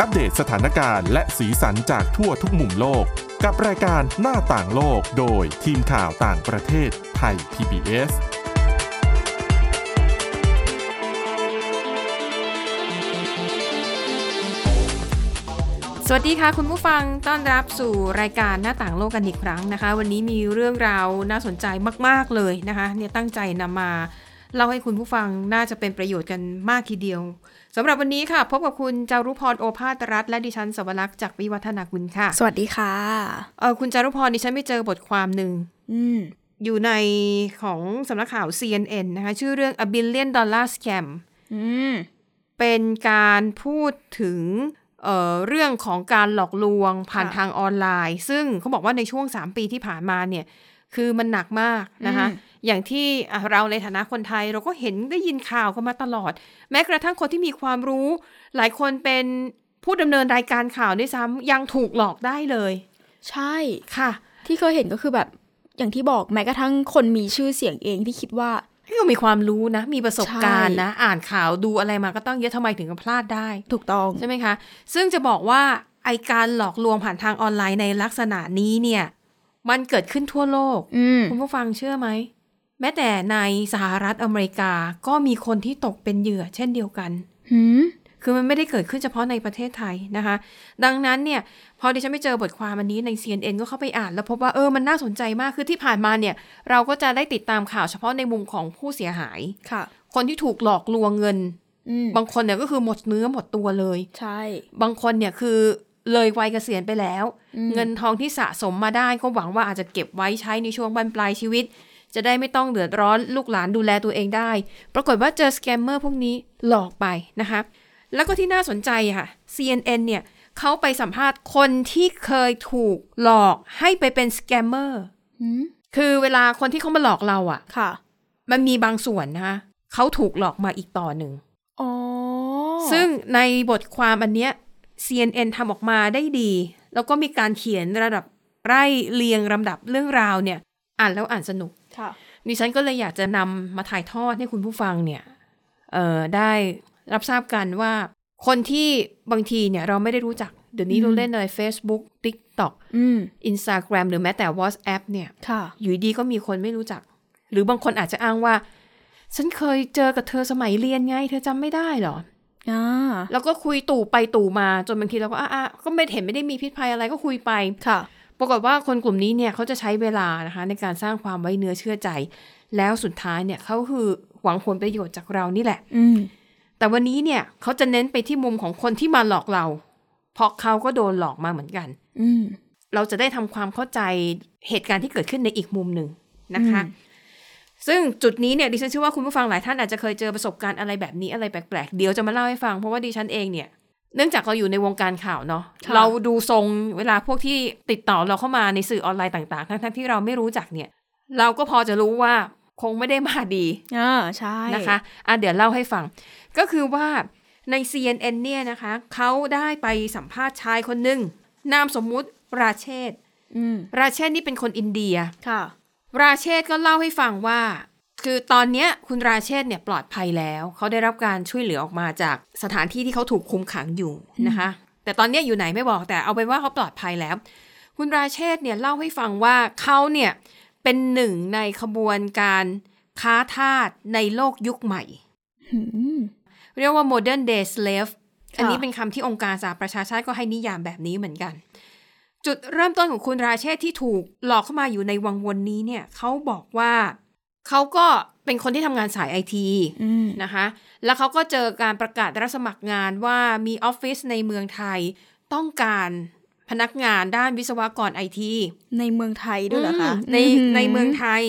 อัปเดตสถานการณ์และสีสันจากทั่วทุกมุมโลก กับรายการหน้าต่างโลกโดยทีมข่าวต่างประเทศไทย PBS สวัสดีค่ะ คุณผู้ฟังต้อนรับสู่รายการหน้าต่างโลกกันอีกครั้งนะคะ วันนี้มีเรื่องราวน่าสนใจมาก ๆ เลยนะคะเนี่ยตั้งใจนำมาเล่าให้คุณผู้ฟังน่าจะเป็นประโยชน์กันมากทีเดียวสำหรับวันนี้ค่ะ พบกับคุณจารุพรโอภาสรัฐและดิฉันสวรักษ์จากวิวัฒนาคุณค่ะ สวัสดีค่ะ เออคุณจารุพรดิฉันไปเจอบทความหนึ่ง อืม อยู่ในของสำนักข่าว CNN นะคะ ชื่อเรื่อง A Billion Dollar Scam อืม เป็นการพูดถึงเอ่อเรื่องของการหลอกลวงผ่าน ค่ะ ทางออนไลน์ ซึ่งเขาบอกว่าในช่วง 3 ปีที่ผ่านมาเนี่ย คือมันหนักมากนะคะ อืม อย่างที่อ่ะเราในฐานะคนไทยเราก็เห็นได้ยินข่าวกันมาตลอด แม้กระทั่งคนที่มีความรู้ หลายคนเป็นผู้ดำเนินรายการข่าวด้วยซ้ำยังถูกหลอกได้เลย ใช่ ค่ะ ที่เคยเห็นก็คือแบบอย่างที่บอกแม้กระทั่งคนมีชื่อเสียงเองที่คิดว่า ก็มีความรู้นะ มีประสบการณ์ ใช่ นะ อ่านข่าวดูอะไรมาก็ต้องเยอะทำไมถึงกับพลาดได้ ถูกต้อง ใช่ไหมคะ ซึ่งจะบอกว่าไอการหลอกลวงผ่านทางออนไลน์ในลักษณะนี้เนี่ย มันเกิดขึ้นทั่วโลก อืม คุณผู้ฟังเชื่อไหม แม้แต่ในสหรัฐอเมริกาก็มีคนที่ตกเป็นเหยื่อเช่นเดียวกัน หืม คือมันไม่ได้เกิดขึ้นเฉพาะในประเทศไทยนะคะ ดังนั้นเนี่ย พอดิฉันไปเจอบทความอันนี้ใน CNN ก็เข้าไปอ่าน แล้วพบว่าเออมันน่าสนใจมากคือที่ผ่านมาเนี่ย เราก็จะได้ติดตามข่าวเฉพาะในมุมของผู้เสียหาย ค่ะ คนที่ถูกหลอกลวงเงิน อืม บางคนเนี่ยก็คือหมดเนื้อหมดตัวเลย ใช่ บางคนเนี่ยคือเลยวัยเกษียณไปแล้ว อืม เงินทองที่สะสมมาได้ก็หวังว่าอาจจะเก็บไว้ใช้ในช่วงบั้นปลายชีวิต จะได้ไม่ต้องเดือดร้อนลูกหลานดูแลตัวเองได้ ปรากฏว่าเจอสแกมเมอร์พวกนี้หลอกไปนะคะ แล้วก็ที่น่าสนใจอะค่ะ CNN เนี่ยเขาไปสัมภาษณ์คนที่เคยถูกหลอกให้ไปเป็นสแกมเมอร์ หืม คือเวลาคนที่เขามาหลอกเราอะ ค่ะ มันมีบางส่วนนะคะเขาถูกหลอกมาอีกต่อหนึ่ง อ๋อ ซึ่งในบทความอันเนี้ย CNN ทำออกมาได้ดี แล้วก็มีการเขียนระดับไล่เรียงลำดับเรื่องราวเนี่ย อ่านแล้วอ่านสนุก ค่ะ ดิฉันก็เลยอยากจะนำมาถ่ายทอดให้คุณผู้ฟังเนี่ยเอ่อได้รับทราบกันว่า คนที่บางทีเนี่ยเราไม่ได้รู้จัก เดี๋ยวนี้ อืม เราเล่นใน Facebook TikTok อืม Instagram หรือแม้แต่ WhatsApp เนี่ย ค่ะ อยู่ดีๆก็มีคนไม่รู้จัก หรือบางคนอาจจะอ้างว่า ฉันเคยเจอกับเธอสมัยเรียนไง เธอจำไม่ได้เหรอ อ่า แล้วก็คุยตู่ไปตู่มาจนบางทีเราก็อ่ะๆก็ไม่เห็นไม่ได้มีพิษภัยอะไรก็คุยไป ค่ะ ปรากฏว่าคนกลุ่มนี้เนี่ยเขาจะใช้เวลานะคะ ในการสร้างความไว้เนื้อเชื่อใจ แล้วสุดท้ายเนี่ยเขาคือหวังผลประโยชน์จากเรานี่แหละ อืม แต่วันนี้เนี่ยเขาจะเน้นไปที่มุมของคนที่มาหลอกเรา เพราะเขาก็โดนหลอกมาเหมือนกัน อืม เราจะได้ทำความเข้าใจเหตุการณ์ที่เกิดขึ้นในอีกมุมหนึ่งนะคะ ซึ่งจุดนี้เนี่ยดิฉันเชื่อว่าคุณผู้ฟังหลายท่านอาจจะเคยเจอประสบการณ์อะไรแบบนี้อะไรแปลกๆ เดี๋ยวจะมาเล่าให้ฟังเพราะว่าดิฉันเองเนี่ย เนื่องจากเราอยู่ในวงการข่าวเนาะ ค่ะ เราดูทรงเวลาพวกที่ติดต่อเราเข้ามาในสื่อออนไลน์ต่างๆ ทั้งๆที่เราไม่รู้จักเนี่ย เราก็พอจะรู้ว่าคงไม่ได้มาดี อ่า ใช่ นะคะอ่ะเดี๋ยวเล่าให้ฟัง ก็คือว่าใน CNN เนี่ยนะคะเขาได้ไปสัมภาษณ์ชายคนหนึ่งนามสมมุติราเชษฐ์ อืม ราเชษฐ์นี่เป็นคนอินเดีย ค่ะ ราเชษฐ์ก็เล่าให้ฟังว่า คือตอนเนี้ยคุณราเชษฐ์เนี่ยปลอดภัยแล้ว เขาได้รับการช่วยเหลือออกมาจากสถานที่ที่เขาถูกคุมขังอยู่นะคะ แต่ตอนเนี้ยอยู่ไหนไม่บอกแต่เอาเป็นว่าเขาปลอดภัยแล้ว คุณราเชษฐ์เนี่ยเล่าให้ฟังว่าเขาเนี่ยเป็นหนึ่งในขบวนการค้าทาสในโลกยุคใหม่ หืม เรียกว่า modern day slave ค่ะ อันนี้เป็นคำที่องค์การสหประชาชาติก็ให้นิยามแบบนี้เหมือนกัน จุดเริ่มต้นของคุณราเชษฐ์ที่ถูกหลอกเข้ามาอยู่ในวังวนนี้เนี่ยเขาบอกว่าเขาก็เป็นคนที่ทำงานสายไอที อืม นะคะ แล้วเขาก็เจอการประกาศรับสมัครงานว่ามีออฟฟิศในเมืองไทย ต้องการพนักงานด้านวิศวกรไอที ในเมืองไทยด้วยเหรอคะ มในในเมืองไทย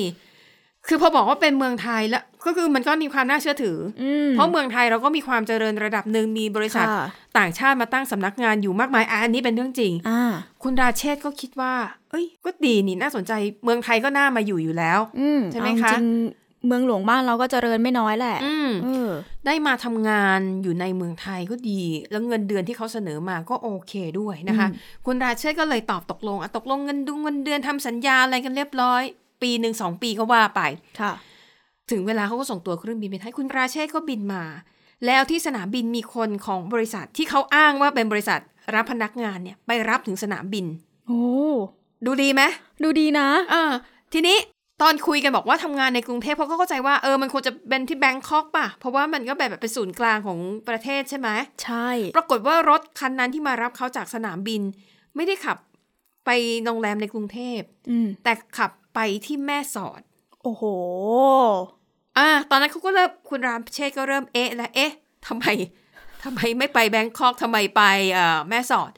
คือพอบอกว่าเป็นเมืองไทยแล้วก็คือมันก็มีความน่าเชื่อถืออ อืม เพราะเมืองไทยเราก็มีความเจริญระดับหนึ่งมีบริษัท ค่ะ ต่างชาติมาตั้งสำนักงานอยู่มากมายอะอันนี้เป็นเรื่องจริง อ่า คุณราเชษฐ์ก็คิดว่า เอ้ย ก็ดีนี่น่าสนใจ เมืองไทยก็น่ามาอยู่อยู่แล้ว อืม ใช่ไหม เอา คะ จริงๆเมืองหลวงบ้านเราก็เจริญไม่น้อยแหละ อืม เออ ได้มาทำงานอยู่ในเมืองไทยก็ดี แล้วเงินเดือนที่เขาเสนอมาก็โอเคด้วยนะคะ อืม คุณราเชษฐ์ก็เลยตอบตกลงอะตกลงเงินดุงเงินเดือนทำสัญญาอะไรกันเรียบร้อย ปีหนึ่งสองปีก็ว่าไป ค่ะ ถึงเวลาเขาก็ส่งตัวเครื่องบินไปให้คุณราเชษฐ์ก็บินมา แล้วที่สนามบินมีคนของบริษัทที่เขาอ้างว่าเป็นบริษัทรับพนักงานเนี่ยไปรับถึงสนามบิน โอ้ ดูดีไหม ดูดีนะ อ่าทีนี้ตอนคุยกันบอกว่าทำงานในกรุงเทพเขาก็เข้าใจว่าเออมันควรจะเป็นที่แบงคอกป่ะ เพราะว่ามันก็แบบเป็นศูนย์กลางของประเทศใช่ไหม ใช่ ปรากฏว่ารถคันนั้นที่มารับเขาจากสนามบิน ไม่ได้ขับไปโรงแรมในกรุงเทพ อืม แต่ขับไปที่แม่สอด โอ้โห อ่า ตอนนั้นเขาก็เริ่มคุณรามเชษฐ์ก็เริ่มเอ๊ะและเอ๊ะทำไมทำไมไม่ไปแบงคอกทำไมไปเอ่อแม่สอด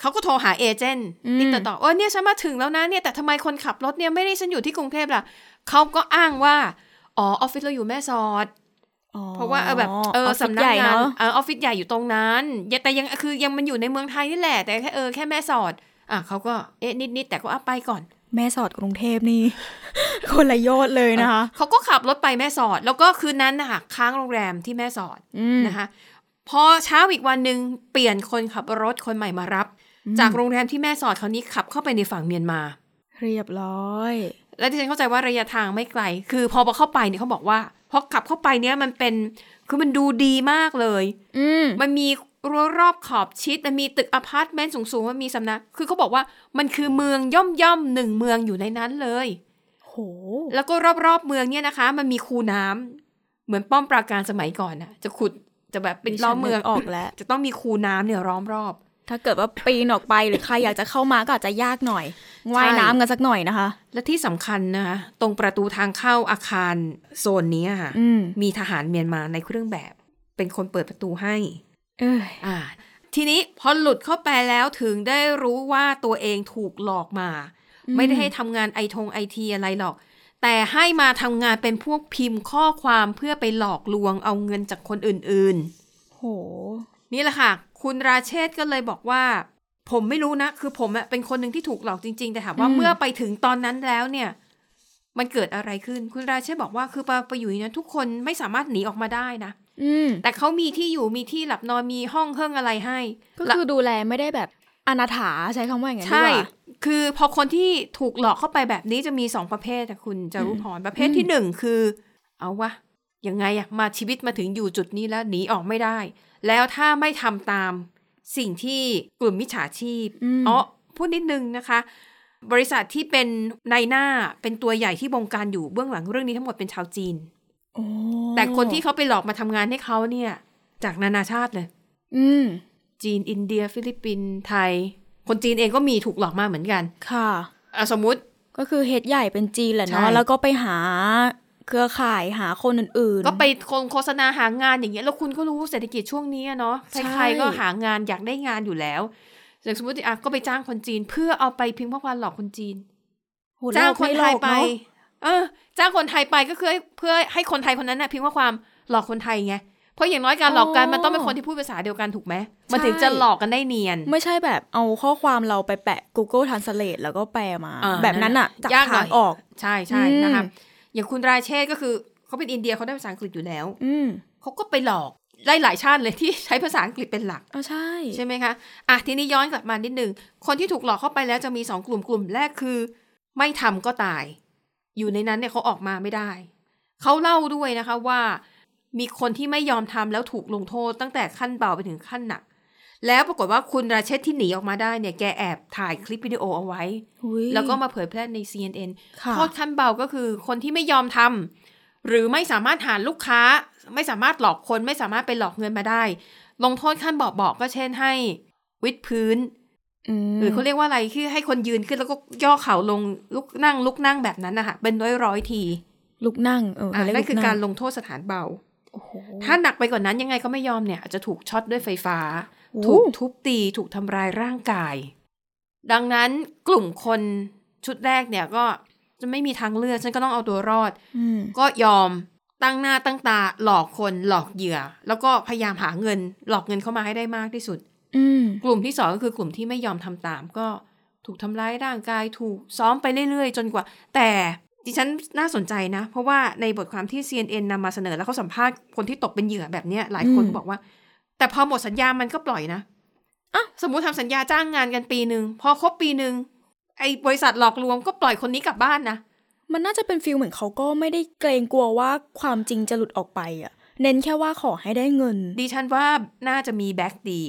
เขาก็โทรหาเอเจนต์ อืม ติดต่อต่อเออเนี่ยฉันมาถึงแล้วนะเนี่ยแต่ทำไมคนขับรถเนี่ยไม่ได้ฉันอยู่ที่กรุงเทพล่ะเขาก็อ้างว่าอ๋อออฟฟิศเราอยู่แม่สอด อ๋อ เพราะว่าเออแบบเออ ฟฟิศ สำนัก ใหญ่ งาน เอะ เออออฟฟิศใหญ่อยู่ตรงนั้นยังแต่ยังคือยังมันอยู่ในเมืองไทยนี่แหละ แต่แค่เออแค่แม่สอดอ่ะเขาก็เอ๊ะนิดๆแต่ก็อ่ะไปก่อน แม่สอดกรุงเทพนี่ คนละยอดเลยนะคะ เขาก็ขับรถไปแม่สอด แล้วก็คืนนั้นนะคะค้างโรงแรมที่แม่สอด อืม นะคะพอเช้าอีกวันหนึ่งเปลี่ยนคนขับรถคนใหม่มารับ จากโรงแรมที่แม่สอดคราวนี้ขับเข้าไปในฝั่งเมียนมา เรียบร้อย และที่ฉันเข้าใจว่าระยะทางไม่ไกล คือพอเข้าไปเนี่ยเขาบอกว่าพอขับเข้าไปเนี่ยมันเป็นคือมันดูดีมากเลย อืม มันมีรั้วรอบขอบชิด มันมีตึกอพาร์ตเมนต์สูงๆ มันมีสำนัก คือเขาบอกว่ามันคือเมืองย่อมย่อมๆหนึ่งเมืองอยู่ในนั้นเลย โห แล้วก็รอบๆเมืองเนี่ยนะคะ มันมีคูน้ำเหมือนป้อมปราการสมัยก่อนนะจะขุดจะแบบเป็น ดิฉัน ล้อมเมือง นึกออกแล้ว จะต้องมีคูน้ำเนี่ยล้อมรอบ ถ้าเกิดว่าปีนออกไปหรือใครอยากจะเข้ามาก็อาจจะยากหน่อย ว่าย ใช่ น้ำกันสักหน่อยนะคะ และที่สำคัญนะคะตรงประตูทางเข้าอาคารโซนนี้อะค่ะ อืม มีทหารเมียนมาในเครื่องแบบ เป็นคนเปิดประตูให้ เอ้ย อ่าทีนี้พอหลุดเข้าไปแล้วถึงได้รู้ว่าตัวเองถูกหลอกมา ไม่ได้ให้ทำงานไอทงไอทีอะไรหรอก แต่ให้มาทำงานเป็นพวกพิมพ์ข้อความเพื่อไปหลอกลวงเอาเงินจากคนอื่น โห ๆ นี่แหละค่ะ คุณราเชษฐ์ก็เลยบอกว่า ผมไม่รู้นะ คือผมอะเป็นคนหนึ่งที่ถูกหลอกจริง ๆ แต่ถามว่า อืม เมื่อไปถึงตอนนั้นแล้วเนี่ย มันเกิดอะไรขึ้น คุณราเชษฐ์บอกว่าคือไปไปอยู่ในนั้นทุกคนไม่สามารถหนีออกมาได้นะ อืม แต่เขามีที่อยู่มีที่หลับนอนมีห้องเครื่องอะไรให้ ก็คือดูแลไม่ได้แบบอนาถาใช้คำว่าอย่างนั้นดี ใช่ กว่า คือพอคนที่ถูกหลอกเข้าไปแบบนี้จะมีสองประเภทอะคุณจารุพรประเภทที่หนึ่งคือ เอาวะยังไงอะมาชีวิตมาถึงอยู่จุดนี้แล้วหนีออกไม่ได้ แล้วถ้าไม่ทำตามสิ่งที่กลุ่มมิจฉาชีพ อืม อ๋อพูดนิดนึงนะคะ บริษัทที่เป็นนายหน้าเป็นตัวใหญ่ที่บงการอยู่เบื้องหลังเรื่องนี้ทั้งหมดเป็นชาวจีน โอ้ แต่คนที่เขาไปหลอกมาทำงานให้เขาเนี่ยจากนานาชาติเลย อืม จีนอินเดีย ฟิลิปปินส์ไทย คนจีนเองก็มีถูกหลอกมาเหมือนกัน ค่ะ อ่ะสมมติ ก็คือเฮดใหญ่เป็นจีนแหละ ใช่ เนาะ แล้วก็ไปหาเครือข่ายหาคนอื่นๆ ก็ไปโฆษณาหางานอย่างเงี้ยแล้วคุณก็รู้เศรษฐกิจช่วงนี้อะเนาะ ใช่ ใครๆก็หางานอยากได้งานอยู่แล้วอย่างสมมติอ่ะก็ไปจ้างคนจีน เพื่อเอาไปพิมพ์ข้อความหลอกคนจีน โหหลอก จ้างคนไทย ม่หลอก ไป เนอะ เออจ้างคนไทยไปก็คือให้เพื่อให้คนไทยคนนั้นน่ะพิมพ์ข้อความหลอกคนไทยไงเพราะอย่างน้อยการหลอกกันมันต้องเป็นคนที่พูดภาษาเดียวกันถูกไหมมันถึงจะหลอกกันได้เนียน ไม่ใช่แบบเอาข้อความเราไปแปะ Google Translate แล้วก็แปลมา อ่า แบบนั้นอะ นั่ จาก นน่ะยากหน่ ทา อย งออก ใช่ใช่ อืม นะคะอย่างคุณราเชษฐ์ก็คือเขาเป็นอินเดียเขาได้ภาษาอังกฤษอยู่แล้ว อืม เขาก็ไปหลอกได้หลายชาติเลยที่ใช้ภาษาอังกฤษเป็นหลัก เอ๋อใช่ ใช่ไหมคะ อ่ะทีนี้ย้อนกลับมานิดนึง คนที่ถูกหลอกเข้าไปแล้วจะมีสองกลุ่ม กลุ่มแรกคือ ไม่ทำก็ตาย อยู่ในนั้นเนี่ยเขาออกมาไม่ได้ เขาเล่าด้วยนะคะว่า มีคนที่ไม่ยอมทำแล้วถูกลงโทษตั้งแต่ขั้นเบาไปถึงขั้นหนัก แล้วปรากฏว่าคุณราเชษฐ์ที่หนีออกมาได้เนี่ยแกแอบถ่ายคลิปวิดีโอเอาไว้ อุ๊ย แล้วก็มาเผยแพร่ใน CNN ค่ะ โทษขั้นเบาก็คือคนที่ไม่ยอมทำหรือไม่สามารถหาลูกค้า ไม่สามารถหลอกคนไม่สามารถไปหลอกเงินมาได้ ลงโทษขั้นเบาบอกก็เช่นให้วิดพื้น ม หรือเขาเรียกว่าอะไรคือให้คนยืนขึ้นแล้วก็ย่อเข่าลงลุกนั่งลุกนั่งแบบนั้นนะคะเป็นร้อยร้อยๆที ลุกนั่งเออ อ่ะ เขาเย นั่นคือ ลุ การลงโทษสถานเบา โอ้โห ถ้าหนักไปกว่านนั้นยังไงก็ไม่ยอมเนี่ยอาจจะถูกช็อตด้วยไฟฟ้า โอ้ ถูกทุบตีถูกทำร้ายร่างกาย ดังนั้นกลุ่มคนชุดแรกเนี่ยก็จะไม่มีทางเลือกฉันก็ต้องเอาตัวรอด อืม ก็ยอมตั้งหน้าตั้งตาหลอกคนหลอกเหยื่อ แล้วก็พยายามหาเงิน หลอกเงินเข้ามาให้ได้มากที่สุด อืม กลุ่มที่สองก็คือกลุ่มที่ไม่ยอมทำตาม ก็ถูกทำร้ายร่างกายถูกซ้อมไปเรื่อยๆ จนกว่า แต่ดิฉันน่าสนใจนะ เพราะว่าในบทความที่ CNN นำมาเสนอแล้วเขาสัมภาษณ์คนที่ตกเป็นเหยื่อแบบเนี้ยหลายคนบอกว่า แต่พอหมดสัญญามันก็ปล่อยนะอ่ะสมมุติทำสัญญาจ้างงานกันปีหนึ่งพอครบปีหนึ่งไอ้บริษัทหลอกลวงก็ปล่อยคนนี้กลับบ้านนะ มันน่าจะเป็นฟิลเหมือนเขาก็ไม่ได้เกรงกลัวว่าความจริงจะหลุดออกไปอะ เน้นแค่ว่าขอให้ได้เงิน ดิฉันว่าน่าจะมีแบ็กดี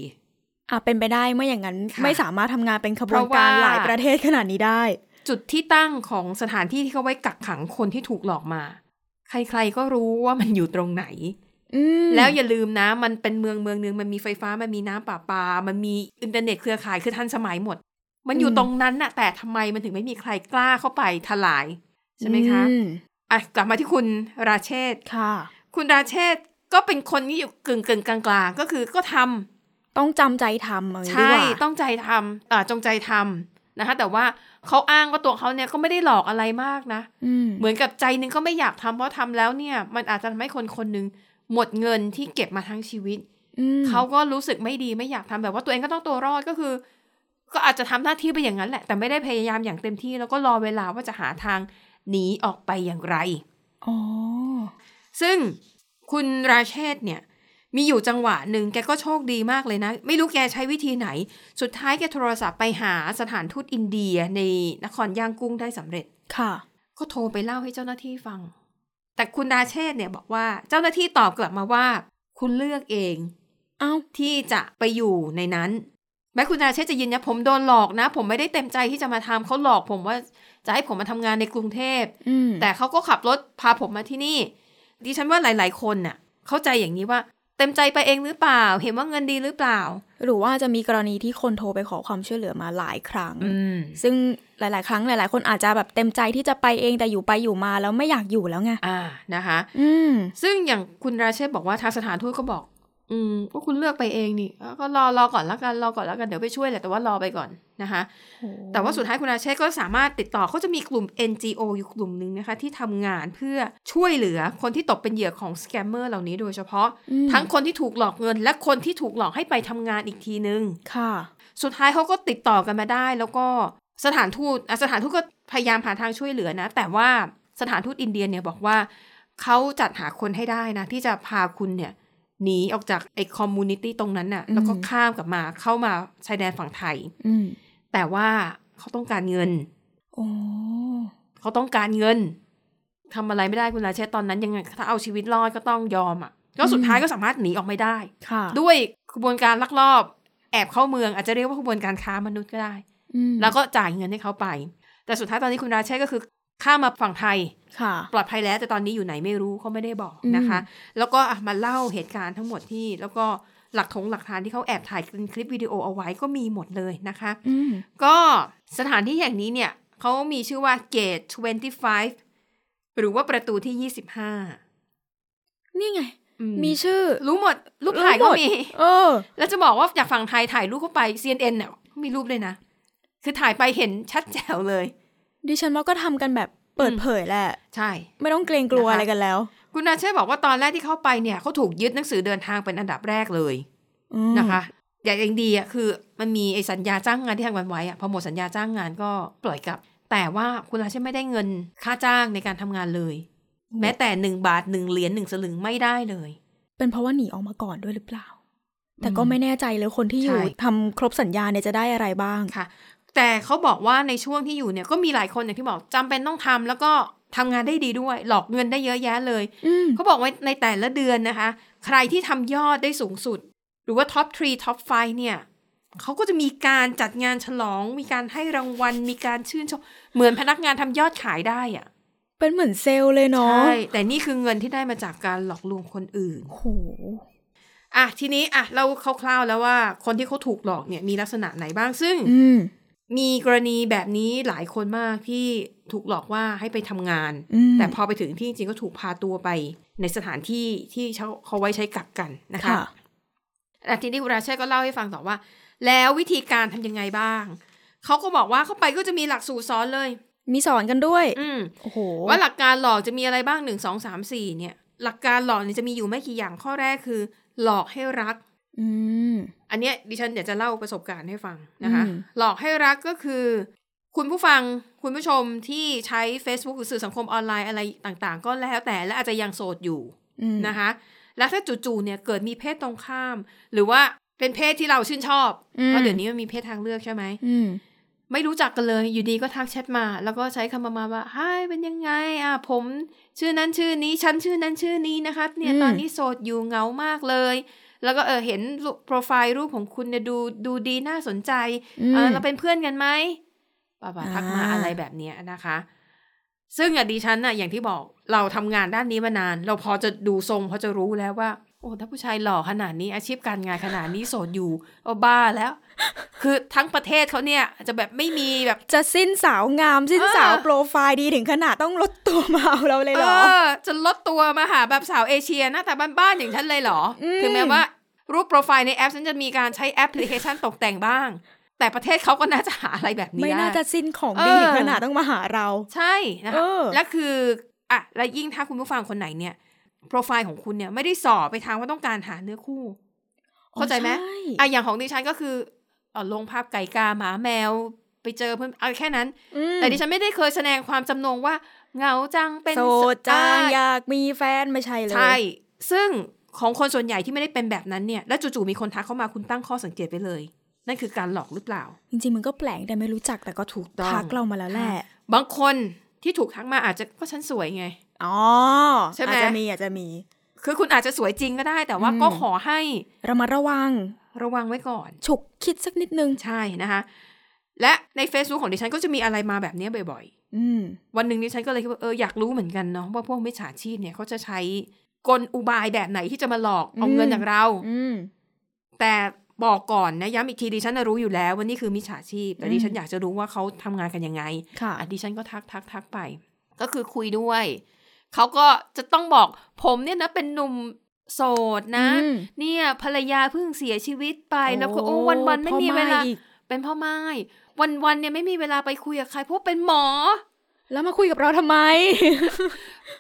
อ่ะเป็นไปได้เมื่ออย่างนั้น ค่ะ ไม่สามารถทำงานเป็นขบ เพ วน ราะว่า การหลายประเทศขนาดนี้ได้ จุดที่ตั้งของสถานที่ที่เขาไว้กักขังคนที่ถูกหลอกมา ใครๆก็รู้ว่ามันอยู่ตรงไหน อืม แล้วอย่าลืมนะ มันเป็นเมืองเมืองหนึงมันมีไฟฟ้ามันมีน้ำประปา มันมีอินเทอร์เน็ตเครือข่ายคือทันสมัยหมด มันอยู่ตรงนั้นน่ะ แต่ทำไมมันถึงไม่มีใครกล้าเข้าไปทลาย ใช่ไหมคะ อื อ่ะกลับมาที่คุณราเชษฐ์ ค่ะ คุณราเชษฐ์ก็เป็นคนที่อยู่กึ่งกึ่งกลางๆก็คือก็ทำ ต้องจำใจทำเอาอย่างนี้ ใช่ ดีกว่า ต้องใจทำอ่าจงใจทำนะคะ แต่ว่าเขาอ้างว่าตัวเขาเนี่ยก็ไม่ได้หลอกอะไรมากนะ อืม เหมือนกับใจหนึงก็ไม่อยากทำเพราะทำแล้วเนี่ย มันอาจจะทำให้คนคนหนึ่งหมดเงินที่เก็บมาทั้งชีวิต อืม เขาก็รู้สึกไม่ดีไม่อยากทำแต่ว่าตัวเองก็ต้องตัวรอดก็คือ ก็อาจจะทำหน้าที่ไปอย่างนั้นแหละ แต่ไม่ได้พยายามอย่างเต็มที่ แล้วก็รอเวลาว่าจะหาทางหนีออกไปอย่างไร อ๋อ ซึ่งคุณราเชษฐ์เนี่ย มีอยู่จังหวะหนึ่งแกก็โชคดีมากเลยนะ ไม่รู้แกใช้วิธีไหน สุดท้ายแกโทรศัพท์ไปหาสถานทูตอินเดียในนครย่างกุ้งได้สำเร็จ ค่ะ ก็โทรไปเล่าให้เจ้าหน้าที่ฟัง แต่คุณราเชษฐ์เนี่ยบอกว่าเจ้าหน้าที่ตอบกลับมาว่า คุณเลือกเอง เอ้า ที่จะไปอยู่ในนั้นแม้คุณราเชษฐ์จะยืนยันผมโดนหลอกนะ ผมไม่ได้เต็มใจที่จะมาทำเขาหลอกผมว่าจะให้ผมมาทำงานในกรุงเทพ อืม แต่เขาก็ขับรถพาผมมาที่นี่ ดิฉันว่าหลาย ๆ คนน่ะ เข้าใจอย่างนี้ว่า เต็มใจไปเองหรือเปล่า เห็นว่าเงินดีหรือเปล่า หรือว่าจะมีกรณีที่คนโทรไปขอความช่วยเหลือมาหลายครั้ง อืม ซึ่งหลาย ๆ ครั้งหลาย ๆ คนอาจจะแบบเต็มใจที่จะไปเองแต่อยู่ไปอยู่มาแล้วไม่อยากอยู่แล้วไง อ่านะคะ อืม ซึ่งอย่างคุณราเชษฐ์บอกว่าทางสถานทูตก็บอก อืมก็คุณเลือกไปเองนี่ก็รอรอก่อนละกันรอก่อนละกันเดี๋ยวไปช่วยแหละแต่ว่ารอไปก่อนนะคะ แต่ว่าสุดท้ายคุณอาเชษก็สามารถติดต่อเขาจะมีกลุ่ม NGO อยู่กลุ่มหนึ่งนะคะ ที่ทำงานเพื่อช่วยเหลือคนที่ตกเป็นเหยื่อของสแกมเมอร์เหล่านี้โดยเฉพาะ อืม ทั้งคนที่ถูกหลอกเงิน และคนที่ถูกหลอกให้ไปทำงานอีกทีนึง ค่ะ สุดท้ายเขาก็ติดต่อกันมาได้ แล้วก็สถานทูตอ่ะสถานทูตก็พยายามหาทางช่วยเหลือนะ แต่ว่าสถานทูตอินเดียเนี่ยบอกว่า เขาจัดหาคนให้ได้นะ ที่จะพาคุณเนี่ยหนีออกจากไอ้คอมมูนิตี้ตรงนั้นน่ะแล้วก็ อืม ข้ามกลับมาเข้ามาชายแดนฝั่งไทย อืม แต่ว่าเขาต้องการเงิน โอ้ เขาต้องการเงินทำอะไรไม่ได้คุณราเชษฐ์ตอนนั้นยังไงถ้าเอาชีวิตรอดก็ต้องยอมอ่ะก็สุดท้ายก็สามารถหนีออกไม่ได้ ค่ะ ด้วยกระบวนการลักลอบ แอบเข้าเมืองอาจจะเรียกว่ากระบวนการค้ามนุษย์ก็ได้ อืม แล้วก็จ่ายเงินให้เขาไป แต่สุดท้ายตอนนี้คุณราเชษฐ์ก็คือข้ามมาฝั่งไทย ค่ะ ปลอดภัยแล้วแต่ตอนนี้อยู่ไหนไม่รู้เขาไม่ได้บอกนะคะ แล้วก็อ่ะมาเล่าเหตุการณ์ทั้งหมดที่ แล้วก็หลักฐงหลักฐานที่เขาแอบถ่ายเป็นคลิปวิดีโอเอาไว้ก็มีหมดเลยนะคะ อืม ก็สถานที่แห่งนี้เนี่ยเขามีชื่อว่าเกต25 หรือว่าประตูที่ 25 นี่ไง อื มีชื่อ รู้หมด รูปถ่ายก็มี เออ แล้วจะบอกว่าจากฝั่งไทยถ่ายรูปเข้าไป CNN เนี่ยมีรูปเลยนะ คือถ่ายไปเห็นชัดแจ๋วเลย ดิฉันว่าก็ทำกันแบบเปิดเผยแหละ ใช่ ไม่ต้องเกรงกลัว นะคะ อะไรกันแล้ว คุณนาเช่บอกว่าตอนแรกที่เข้าไปเนี่ยเขาถูกยึดหนังสือเดินทางเป็นอันดับแรกเลย อืม นะคะ อย่างเองดีอ่ะคือมันมีไอ้สัญญาจ้างงานที่ทางกันไว้อ่ะพอหมดสัญญาจ้างงานก็ปล่อยกลับ แต่ว่าคุณนาเช่ไม่ได้เงินค่าจ้างในการทำงานเลย แม้แต่หนึ่งบาทหนึ่งเหรียญหนึ่งสลึงไม่ได้เลย เป็นเพราะว่าหนีออกมาก่อนด้วยหรือเปล่า แต่ก็ไม่แน่ใจเลยคนที่อยู่ ใช่ ทำครบสัญญาเนี่ยจะได้อะไรบ้าง ค่ะ แต่เขาบอกว่าในช่วงที่อยู่เนี่ยก็มีหลายคนอย่างที่บอกจำเป็นต้องทำแล้วก็ทำงานได้ดีด้วย หลอกเงินได้เยอะแยะเลย อืม เขาบอกไว้ในแต่ละเดือนนะคะ ใครที่ทำยอดได้สูงสุด หรือว่าท็อป3ท็อป5เนี่ยเขาก็จะมีการจัดงานฉลอง มีการให้รางวัล มีการชื่นชม เหมือนพนักงานทำยอดขายได้อะ เป็นเหมือนเซลล์เลยเนาะ ใช่แต่นี่คือเงินที่ได้มาจากการหลอกลวงคนอื่น โอ้โห อ่ะทีนี้อ่ะเราคร่าวๆแล้วว่าคนที่เขาถูกหลอกเนี่ยมีลักษณะไหนบ้างซึ่ง อืม มีกรณีแบบนี้หลายคนมากที่ถูกหลอกว่าให้ไปทำงาน อืม แต่พอไปถึงที่จริงก็ถูกพาตัวไปในสถานที่ที่เขาเขาไว้ใช้กักกันนะคะ ค่ะ แต่ทีนี้คุณราเชษก็เล่าให้ฟังต่อว่า แล้ววิธีการทำยังไงบ้าง เขาก็บอกว่าเข้าไปก็จะมีหลักสูตรสอนเลย มีสอนกันด้วย อืม โอ้โห ว่าหลักการหลอกจะมีอะไรบ้างหนึ่งสองสามสี่เนี่ย หลักการหลอกเนี่ยจะมีอยู่ไม่กี่อย่างข้อแรกคือ หลอกให้รัก อืม อันเนี้ยดิฉันเดี๋ยวจะเล่าประสบการณ์ให้ฟังนะคะ อืม หลอกให้รักก็คือ คุณผู้ฟังคุณผู้ชมที่ใช้ Facebook หรือสื่อสังคมออนไลน์อะไรต่างๆ ก็แล้วแต่และอาจจะยังโสดอยู่ อืม นะคะ แล้วถ้าจู่ๆเนี่ยเกิดมีเพศตรงข้าม หรือว่าเป็นเพศที่เราชื่นชอบ อืม เพราะเดี๋ยวนี้มันมีเพศทางเลือกใช่ไหม อืม ไม่รู้จักกันเลย อยู่ดีก็ทักแชทมา แล้วก็ใช้คำประมาณว่า Hi เป็นยังไง อ่ะ ผม ชื่อนั้นชื่อนี้ ฉันชื่อนั้นชื่อนี้นะคะ เนี่ย อืม ตอนนี้โสดอยู่เหงามากเลย แล้วก็เออเห็นรูปโปรไฟล์รูปของคุณเนี่ยดูดูดีน่าสนใจ เออ ม เราเป็นเพื่อนกันไหมป้าป้าทักมา อ่า อะไรแบบเนี้ยนะคะ ซึ่งอะดิฉันน่ะอย่างที่บอกเราทำงานด้านนี้มานาน เราพอจะดูทรงพอจะรู้แล้วว่า โอ้ถ้าผู้ชายหล่อขนาดนี้อาชีพการงานขนาดนี้โสดอยู่ก็บ้าแล้ว คือทั้งประเทศเขาเนี่ยจะแบบไม่มีแบบ จะสิ้นสาวงาม สิ้น เออ สาวโปรไฟล์ดีถึงขนาดต้องลดตัวมาเอาเราเลยเหรอ เออจะลดตัวมาหาแบบสาวเอเชียหน้าตาบ้านๆอย่างฉันเลยเหรอ อืม ถึงแม้ว่า รูปโปรไฟล์ในแอปฉันจะมีการใช้แอปพลิเคชันตกแต่งบ้าง แต่ประเทศเขาก็น่าจะหาอะไรแบบนี้ ไม่ ด้ น่าจะสิ้นของดี เออ ถึงขนาดต้องมาหาเรา ใช่นะ เอ คะ อ และคืออ่ะและยิ่งถ้าคุณผู้ฟังคนไหนเนี่ย โปรไฟล์ของคุณเนี่ยไม่ได้สอไปทางว่าต้องการหาเนื้อคู่ เข้าใจไหม อ๋อ อ่ะอย่างของดิฉันก็คือเอ่อลงภาพไก่กาหมาแมว ไปเจอเพื่อนเอาแค่นั้น อืม แต่ดิฉันไม่ได้เคยแสดงความจำนงว่าเหงาจังเป็น โสดจัง อ่ะ อยากมีแฟนไม่ใช่เลย ใช่ ซึ่งของคนส่วนใหญ่ที่ไม่ได้เป็นแบบนั้นเนี่ย แล้วจู่ๆมีคนทักเข้ามาคุณตั้งข้อสังเกตไปเลย นั่นคือการหลอกหรือเปล่า จริงๆมันก็แปลกแต่ไม่รู้จักแต่ก็ถูก ต้อง ทักเรามาแล้วแหละ บางคนที่ถูกทักมาอาจจะก็ฉันสวยไง อ๋อ ใช่ไหม อาจจะมีอาจจะมี คือคุณอาจจะสวยจริงก็ได้ แต่ว่า อืม ก็ขอให้ ระมัดระวัง ระวังไว้ก่อน ฉุกคิดสักนิดนึง ใช่นะคะ และใน Facebook ของดิฉันก็จะมีอะไรมาแบบเนี้ยบ่อย อืม ๆ วันหนึ่งดิฉันก็เลยคิดว่าเอออยากรู้เหมือนกันเนาะว่าพวกมิจฉาชีพเนี่ยเขาจะใช้กลอุบายแบบไหนที่จะมาหลอกเอา อืม เงินจากเรา อืม แต่บอกก่อนนะย้ำอีกทีดิฉันน่ะรู้อยู่แล้วว่านี่คือมิจฉาชีพแต่ อืม ดิฉันอยากจะรู้ว่าเขาทำงานกันยังไง ค่ะ อ่ะดิฉันก็ทักทักทักไป ก็คือคุยด้วยเขาก็จะต้องบอกผมเนี่ยนะเป็นหนุ่มโสดนะ อืม เนี่ยภรรยาเพิ่งเสียชีวิตไปแล้วก็โอ้วันวันๆไม่มีเวลา พ่ออีก เป็นพ่อไม้วันวันๆเนี่ยไม่มีเวลาไปคุยกับใครเพราะเป็นหมอ แล้วมาคุยกับเรา ทำไม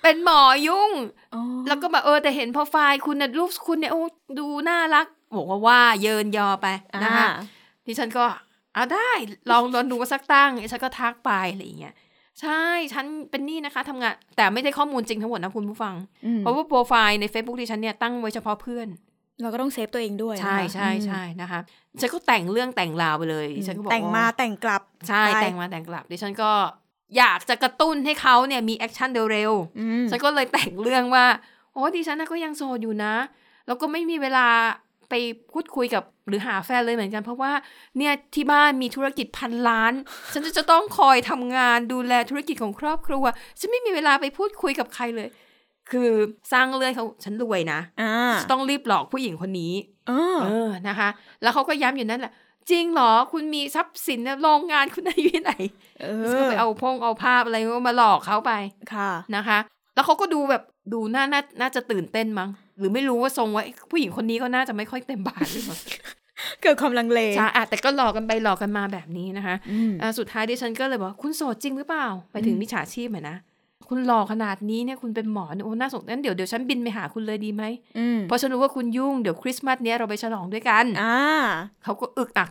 เป็นหมอยุ่ง อ๋อ แล้วก็แบบเออแต่เห็นโปรไฟล์คุณนะรูปคุณเนี่ยโอ้ดูน่ารักบอกว่าว่าเยินยอไปนะ อ่า คะดิฉันก็เอาได้ลองลองดูกันสักตั้งฉันก็ทักไปอะไรอย่างเงี้ยใช่ฉันเป็นหนี่นะคะทำงาน แต่ไม่ได้ข้อมูลจริงทั้งหมดนะคุณผู้ฟัง อืม เพราะว่าโปรไฟล์ใน Facebook ดิฉันเนี่ยตั้งไว้เฉพาะเพื่อน เราก็ต้องเซฟตัวเองด้วย ใช่ นะคะ ใช่ อืม ใช่นะคะฉันก็แต่งเรื่องแต่งราวไปเลยดิฉันก็บอก แต่ง ว่ มาแต่งกลับ ใช่แต่งมาแต่งกลับดิฉันก็อยากจะกระตุ้นให้เขาเนี่ยมีแอคชั่นเร็ว อืม ๆฉันก็เลยแต่งเรื่องว่าโอ้ดิฉันน่ะก็ยังโสดอยู่นะ แล้วก็ไม่มีเวลาไปพูดคุยกับหรือหาแฟนเลยเหมือนกัน เพราะว่าเนี่ยที่บ้านมีธุรกิจพันล้าน ฉันจะต้องคอยทำงานดูแลธุรกิจของครอบครัว ฉันไม่มีเวลาไปพูดคุยกับใครเลย คือสร้างเรื่องเขาฉันรวยนะ อ่า ฉันต้องรีบหลอกผู้หญิงคนนี้ เออ เออ นะคะ แล้วเขาก็ย้ำอยู่นั่นแหละ จริงเหรอ คุณมีทรัพย์สินนะโรงงานคุณอายุที่ไหน เอ ก็ อ ไปเอาพงเอาภาพอะไรมาหลอกเขาไป ค่ะ นะคะ แล้วเขาก็ดูแบบดูน่าน่าน่าจะตื่นเต้นมั้ง หรือไม่รู้ว่าทรงว่าผู้หญิงคนนี้ก็น่าจะไม่ค่อยเต็มบาทหรือเปล่า เกิดความลังเล ใช่อ่ะแต่ก็หลอกกันไปหลอกกันมาแบบนี้นะคะ อืม อ่ะสุดท้ายดิฉันก็เลยบอกว่าคุณโสดจริงหรือเปล่า ไปถึงมิจฉาชีพอะนะ คุณหลอกขนาดนี้เนี่ยคุณเป็นหมอเนี่ยโอ้น่าสงสารงั้นเดี๋ยวเดี๋ยวฉันบินไปหาคุณเลยดีไหม อืม เพราะฉันรู้ว่าคุณยุ่งเดี๋ยวคริสต์มาสเนี้ยเราไปฉลองด้วยกัน อ่า เขาก็อึกอัก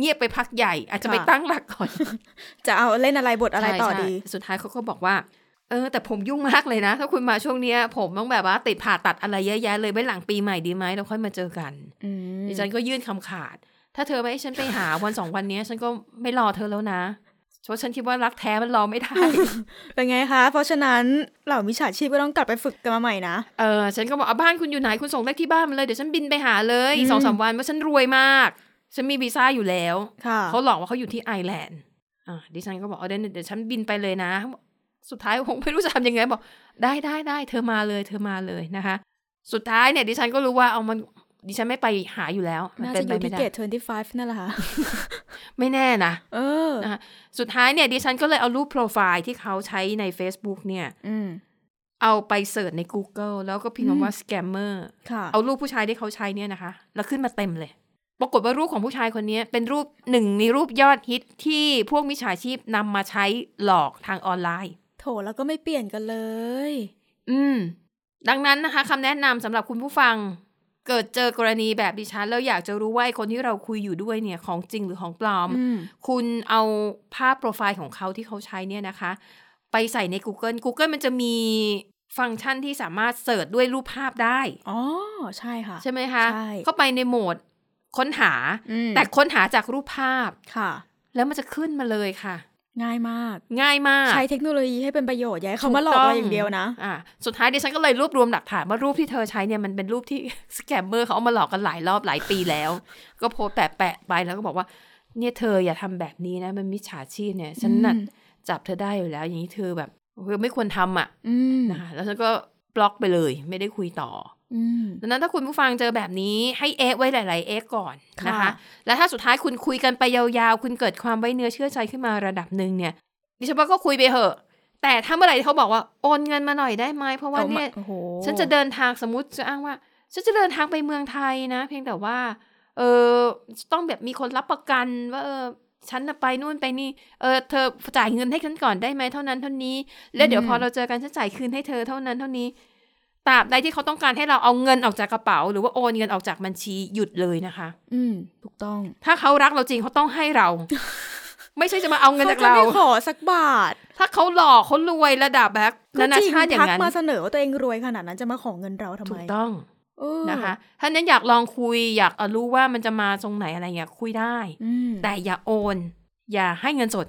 เงียบไปพักใหญ่ อาจจะ ค่ะ ไปตั้งหลักก่อน จะเอาเล่นอะไรบทอะไร ใช่ ต่อ ใช่ ดี สุดท้ายเขาก็บอกว่า เออ แต่ผมยุ่งมากเลยนะ ถ้าคุณมาช่วงเนี้ย ผมต้องแบบว่าติดผ่าตัดอะไรเยอะแยะเลยไว้หลังปีใหม่ดีไหมเราค่อยมาเจอกัน อืม ดิฉันก็ยื่นคำขาด ถ้าเธอไม่ให้ฉันไปหาวันสองวันเนี้ย ฉันก็ไม่รอเธอแล้วนะเพราะฉันคิดว่ารักแท้มันรอไม่ได้ เป็นไงคะ เพราะฉะนั้นเหล่ามิจฉาชีพก็ต้องกลับไปฝึกกันมาใหม่นะ เออฉันก็บอกเอาบ้านคุณอยู่ไหนคุณส่งเลขที่บ้านมาเลยเดี๋ยวฉันบินไปหาเลย อืม สองสามวันว่าะฉันรวยมาก ฉันมีวีซ่าอยู่แล้ว ค่ะ เขาหลอกว่าเขาอยู่ที่ไอร์แลนด์ อ่าดิฉันก็บอกเอาเดี๋ยวเดี๋ยวฉันบินไปเลยนะ สุดท้ายคงไม่รู้จะทำยังไงบอก ได้ได้ได้เธอมาเลย เธอมาเลยนะคะ สุดท้ายเนี่ยดิฉันก็รู้ว่าเอามันดิฉันไม่ไปหาอยู่แล้ว มัน น่า เป็นจะอ ไป ยู่ ไม่ ที่ ได้ เกต25 นั่นแหละ ค่ะ ไม่แน่นะ เออ นะ สุดท้ายเนี่ยดิฉันก็เลยเอารูปโปรไฟล์ที่เขาใช้ใน Facebook เนี่ย อืม เอาไปเสิร์ชใน Google แล้วก็พิมพ์คำว่า scammer ค่ะ เอารูปผู้ชายที่เขาใช้เนี่ยนะคะ แล้วขึ้นมาเต็มเลย ปรากฏว่ารูปของผู้ชายคนนี้เป็นรูปหนึ่งในรูปยอดฮิตที่พวกมิจฉาชีพนำมาใช้หลอกทางออนไลน์ โถแล้วก็ไม่เปลี่ยนกันเลย อืม ดังนั้นนะคะคำแนะนำสำหรับคุณผู้ฟัง เกิดเจอกรณีแบบดิฉันแล้วอยากจะรู้ว่าไอ้คนที่เราคุยอยู่ด้วยเนี่ยของจริงหรือของปลอม อืม คุณเอาภาพโปรไฟล์ของเขาที่เขาใช้เนี่ยนะคะ ไปใส่ใน Google Google มันจะมีฟังก์ชันที่สามารถเสิร์ชด้วยรูปภาพได้ อ๋อ ใช่ค่ะ ใช่ไหมคะ ใช่ เข้าไปในโหมดค้นหา อืม แต่ค้นหาจากรูปภาพ ค่ะ แล้วมันจะขึ้นมาเลยค่ะ ง่ายมาก ง่ายมาก ใช้เทคโนโลยีให้เป็นประโยชน์อย่าให้เขามาหลอกเราอย่างเดียวนะ อ่าสุดท้ายดิฉันก็เลยรวบรวมหลักฐานว่ารูปที่เธอใช้เนี่ยมันเป็นรูปที่ สแกมเมอร์เขาเอามาหลอกกันหลายรอบหลายปีแล้ว ก็โพสต์แปะๆไปแล้วก็บอกว่า เนี่ยเธออย่าทำแบบนี้นะ มันมิจฉาชีพเนี่ย ฉันน่ะ อืม จับเธอได้อยู่แล้ว อย่างนี้เธอแบบคือไม่ควรทำอ่ะ อืม นะคะแล้วฉันก็บล็อกไปเลย ไม่ได้คุยต่อ อืม ดังนั้นถ้าคุณผู้ฟังเจอแบบนี้ให้เอะไว้หลาย ๆ เอะก่อนนะคะ ค่ะ แล้วถ้าสุดท้ายคุณคุยกันไปยาวๆ คุณเกิดความไว้เนื้อเชื่อใจขึ้นมาระดับหนึ่งเนี่ย ดิฉันว่าก็คุยไปเหอะ แต่ถ้าเมื่อไหร่ที่เขาบอกว่าโอนเงินมาหน่อยได้ไหมเพราะว่าเนี่ย โอ้โห ฉันจะเดินทางสมมติจะอ้างว่า ฉันจะเดินทางไปเมืองไทยนะ เพียงแต่ว่า เออต้องแบบมีคนรับประกันว่าเออฉันน่ะไปนู่นไปนี่ เออเธอจ่ายเงินให้ฉันก่อนได้ไหมเท่านั้นเท่านี้ แล้วเดี๋ยวพอเราเจอกันฉันจ่ายคืนให้เธอเท่านั้นเท่านี้ตราบใดที่เขาต้องการให้เราเอาเงินออกจากกระเป๋า หรือว่าโอนเงินออกจากบัญชีหยุดเลยนะคะ อืมถูกต้อง ถ้าเขารักเราจริงเขาต้องให้ เรา ไม่ใช่จะมาเอาเงินจากเรา จะไม่ขอสักบาท ถ้าเขาหลอกเขารวยระดับแบบนานา ก็จริ ชาติอย่างนั้ ทักมาน เสนอว่าตัวเองรวยขนาดนั้นจะมาขอเงินเราทำ ถู ไม กต้อง เออ นะคะถ้านั้นอยากลองคุยอยากเอ่อรู้ว่ามันจะมาทรงไหนอะไรเงี้ยคุยได้ อืม แต่อย่าโอน อย่าให้เงินสด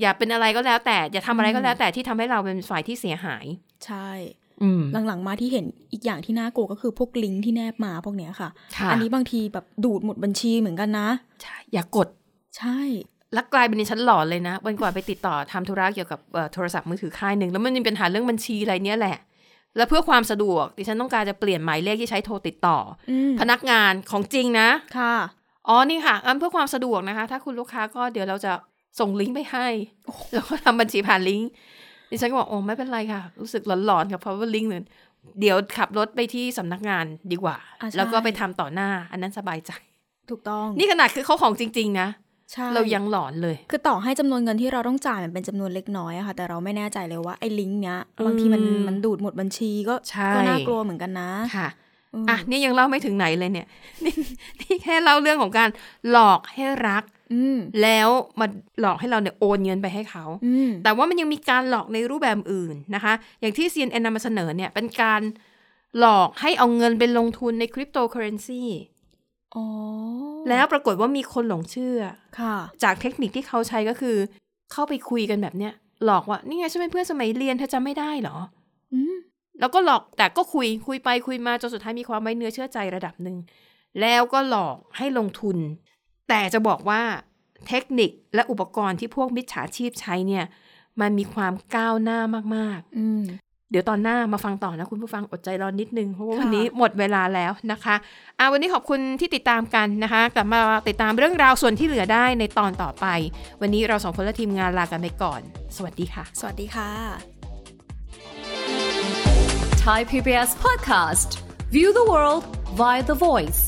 อย่าเป็นอะไรก็แล้วแต่ อย่าทำอะไรก็แล้วแต่ที่ทำให้เราเป็นฝ่ายที่เสียหาย ใช่ อืม หลังๆมาที่เห็นอีกอย่างที่น่ากลัวก็คือพวกลิงก์ที่แนบมาพวกเนี้ยค่ะ ค่ะ อันนี้บางทีแบบดูดหมดบัญชีเหมือนกันนะ ใช่อย่ากด ใช่ แล้วกลายเป็นดิฉันหลอนเลยนะวันก่อนไปติดต่อทำธุระเกี่ยวกับเอ่อโทรศัพท์มือถือค่ายหนึ่งแล้วมันมีปัญหาเรื่องบัญชีอะไรเนี้ยแหละ แล้วเพื่อความสะดวกดิฉันต้องการจะเปลี่ยนหมายเลขที่ใช้โทรติดต่ออ อืม พนักงานของจริงนะ ค่ะ อ๋อ นี่ค่ะอันเพื่อความสะดวกนะคะ ถ้าคุณลูกค้าก็เดี๋ยวเราจะส่งลิงก์ไปให้ แล้วก็ทำบัญชีผ่านลิงก์ดิฉันก็บอกโอ้ไม่เป็นไรค่ะ รู้สึกหลอนๆกับ power link เนี่ยเดี๋ยวขับรถไปที่สำนักงานดีกว่า อ่ะใช่ แล้วก็ไปทำต่อหน้า อันนั้นสบายใจ ถูกต้อง นี่ขนาดคือเขาของจริง ๆ นะ ใช่ เรายังหลอนเลย คือต่อให้จำนวนเงินที่เราต้องจ่ายมันเป็นจำนวนเล็กน้อยอะค่ะ แต่เราไม่แน่ใจเลยว่าไอ้ลิงก์เนี้ย อืม บางทีมันมันดูดหมดบัญชีก็ ใช่ ก็น่ากลัวเหมือนกันนะ ค่ะ อืม อ่ะ นี่ยังเล่าไม่ถึงไหนเลย เนี่ย นี่นี่แค่เล่าเรื่องของการหลอกให้รัก อืม แล้วมาหลอกให้เราเนี่ยโอนเงินไปให้เขา อืม แต่ว่ามันยังมีการหลอกในรูปแบบอื่นนะคะ อย่างที่ CNN นำมาเสนอเนี่ยเป็นการหลอกให้เอาเงินไปลงทุนในคริปโตเคอเรนซี อ๋อ แล้วปรากฏว่ามีคนหลงเชื่อ ค่ะ จากเทคนิคที่เขาใช้ก็คือ เข้าไปคุยกันแบบเนี้ยหลอกว่านี่ไงฉันเป็นเพื่อนสมัยเรียนเธอจำไม่ได้เหรอ อืม แล้วก็หลอกแต่ก็คุยคุยไปคุยมาจนสุดท้ายมีความไว้เนื้อเชื่อใจระดับหนึ่ง แล้วก็หลอกให้ลงทุน แต่จะบอกว่าเทคนิคและอุปกรณ์ที่พวกมิจฉาชีพใช้เนี่ยมันมีความก้าวหน้ามากๆ อืม เดี๋ยวตอนหน้ามาฟังต่อนะคุณผู้ฟังอดใจรอนิดนึงเพราะว่า ค่ะ วันนี้หมดเวลาแล้วนะคะอ่าวันนี้ขอบคุณที่ติดตามกันนะคะกลับมาติดตามเรื่องราวส่วนที่เหลือได้ในตอนต่อไป วันนี้เราสองคนและทีมงานลากันไปก่อน สวัสดีค่ะ สวัสดีค่ะ Thai PBS podcast. View the world via the voice.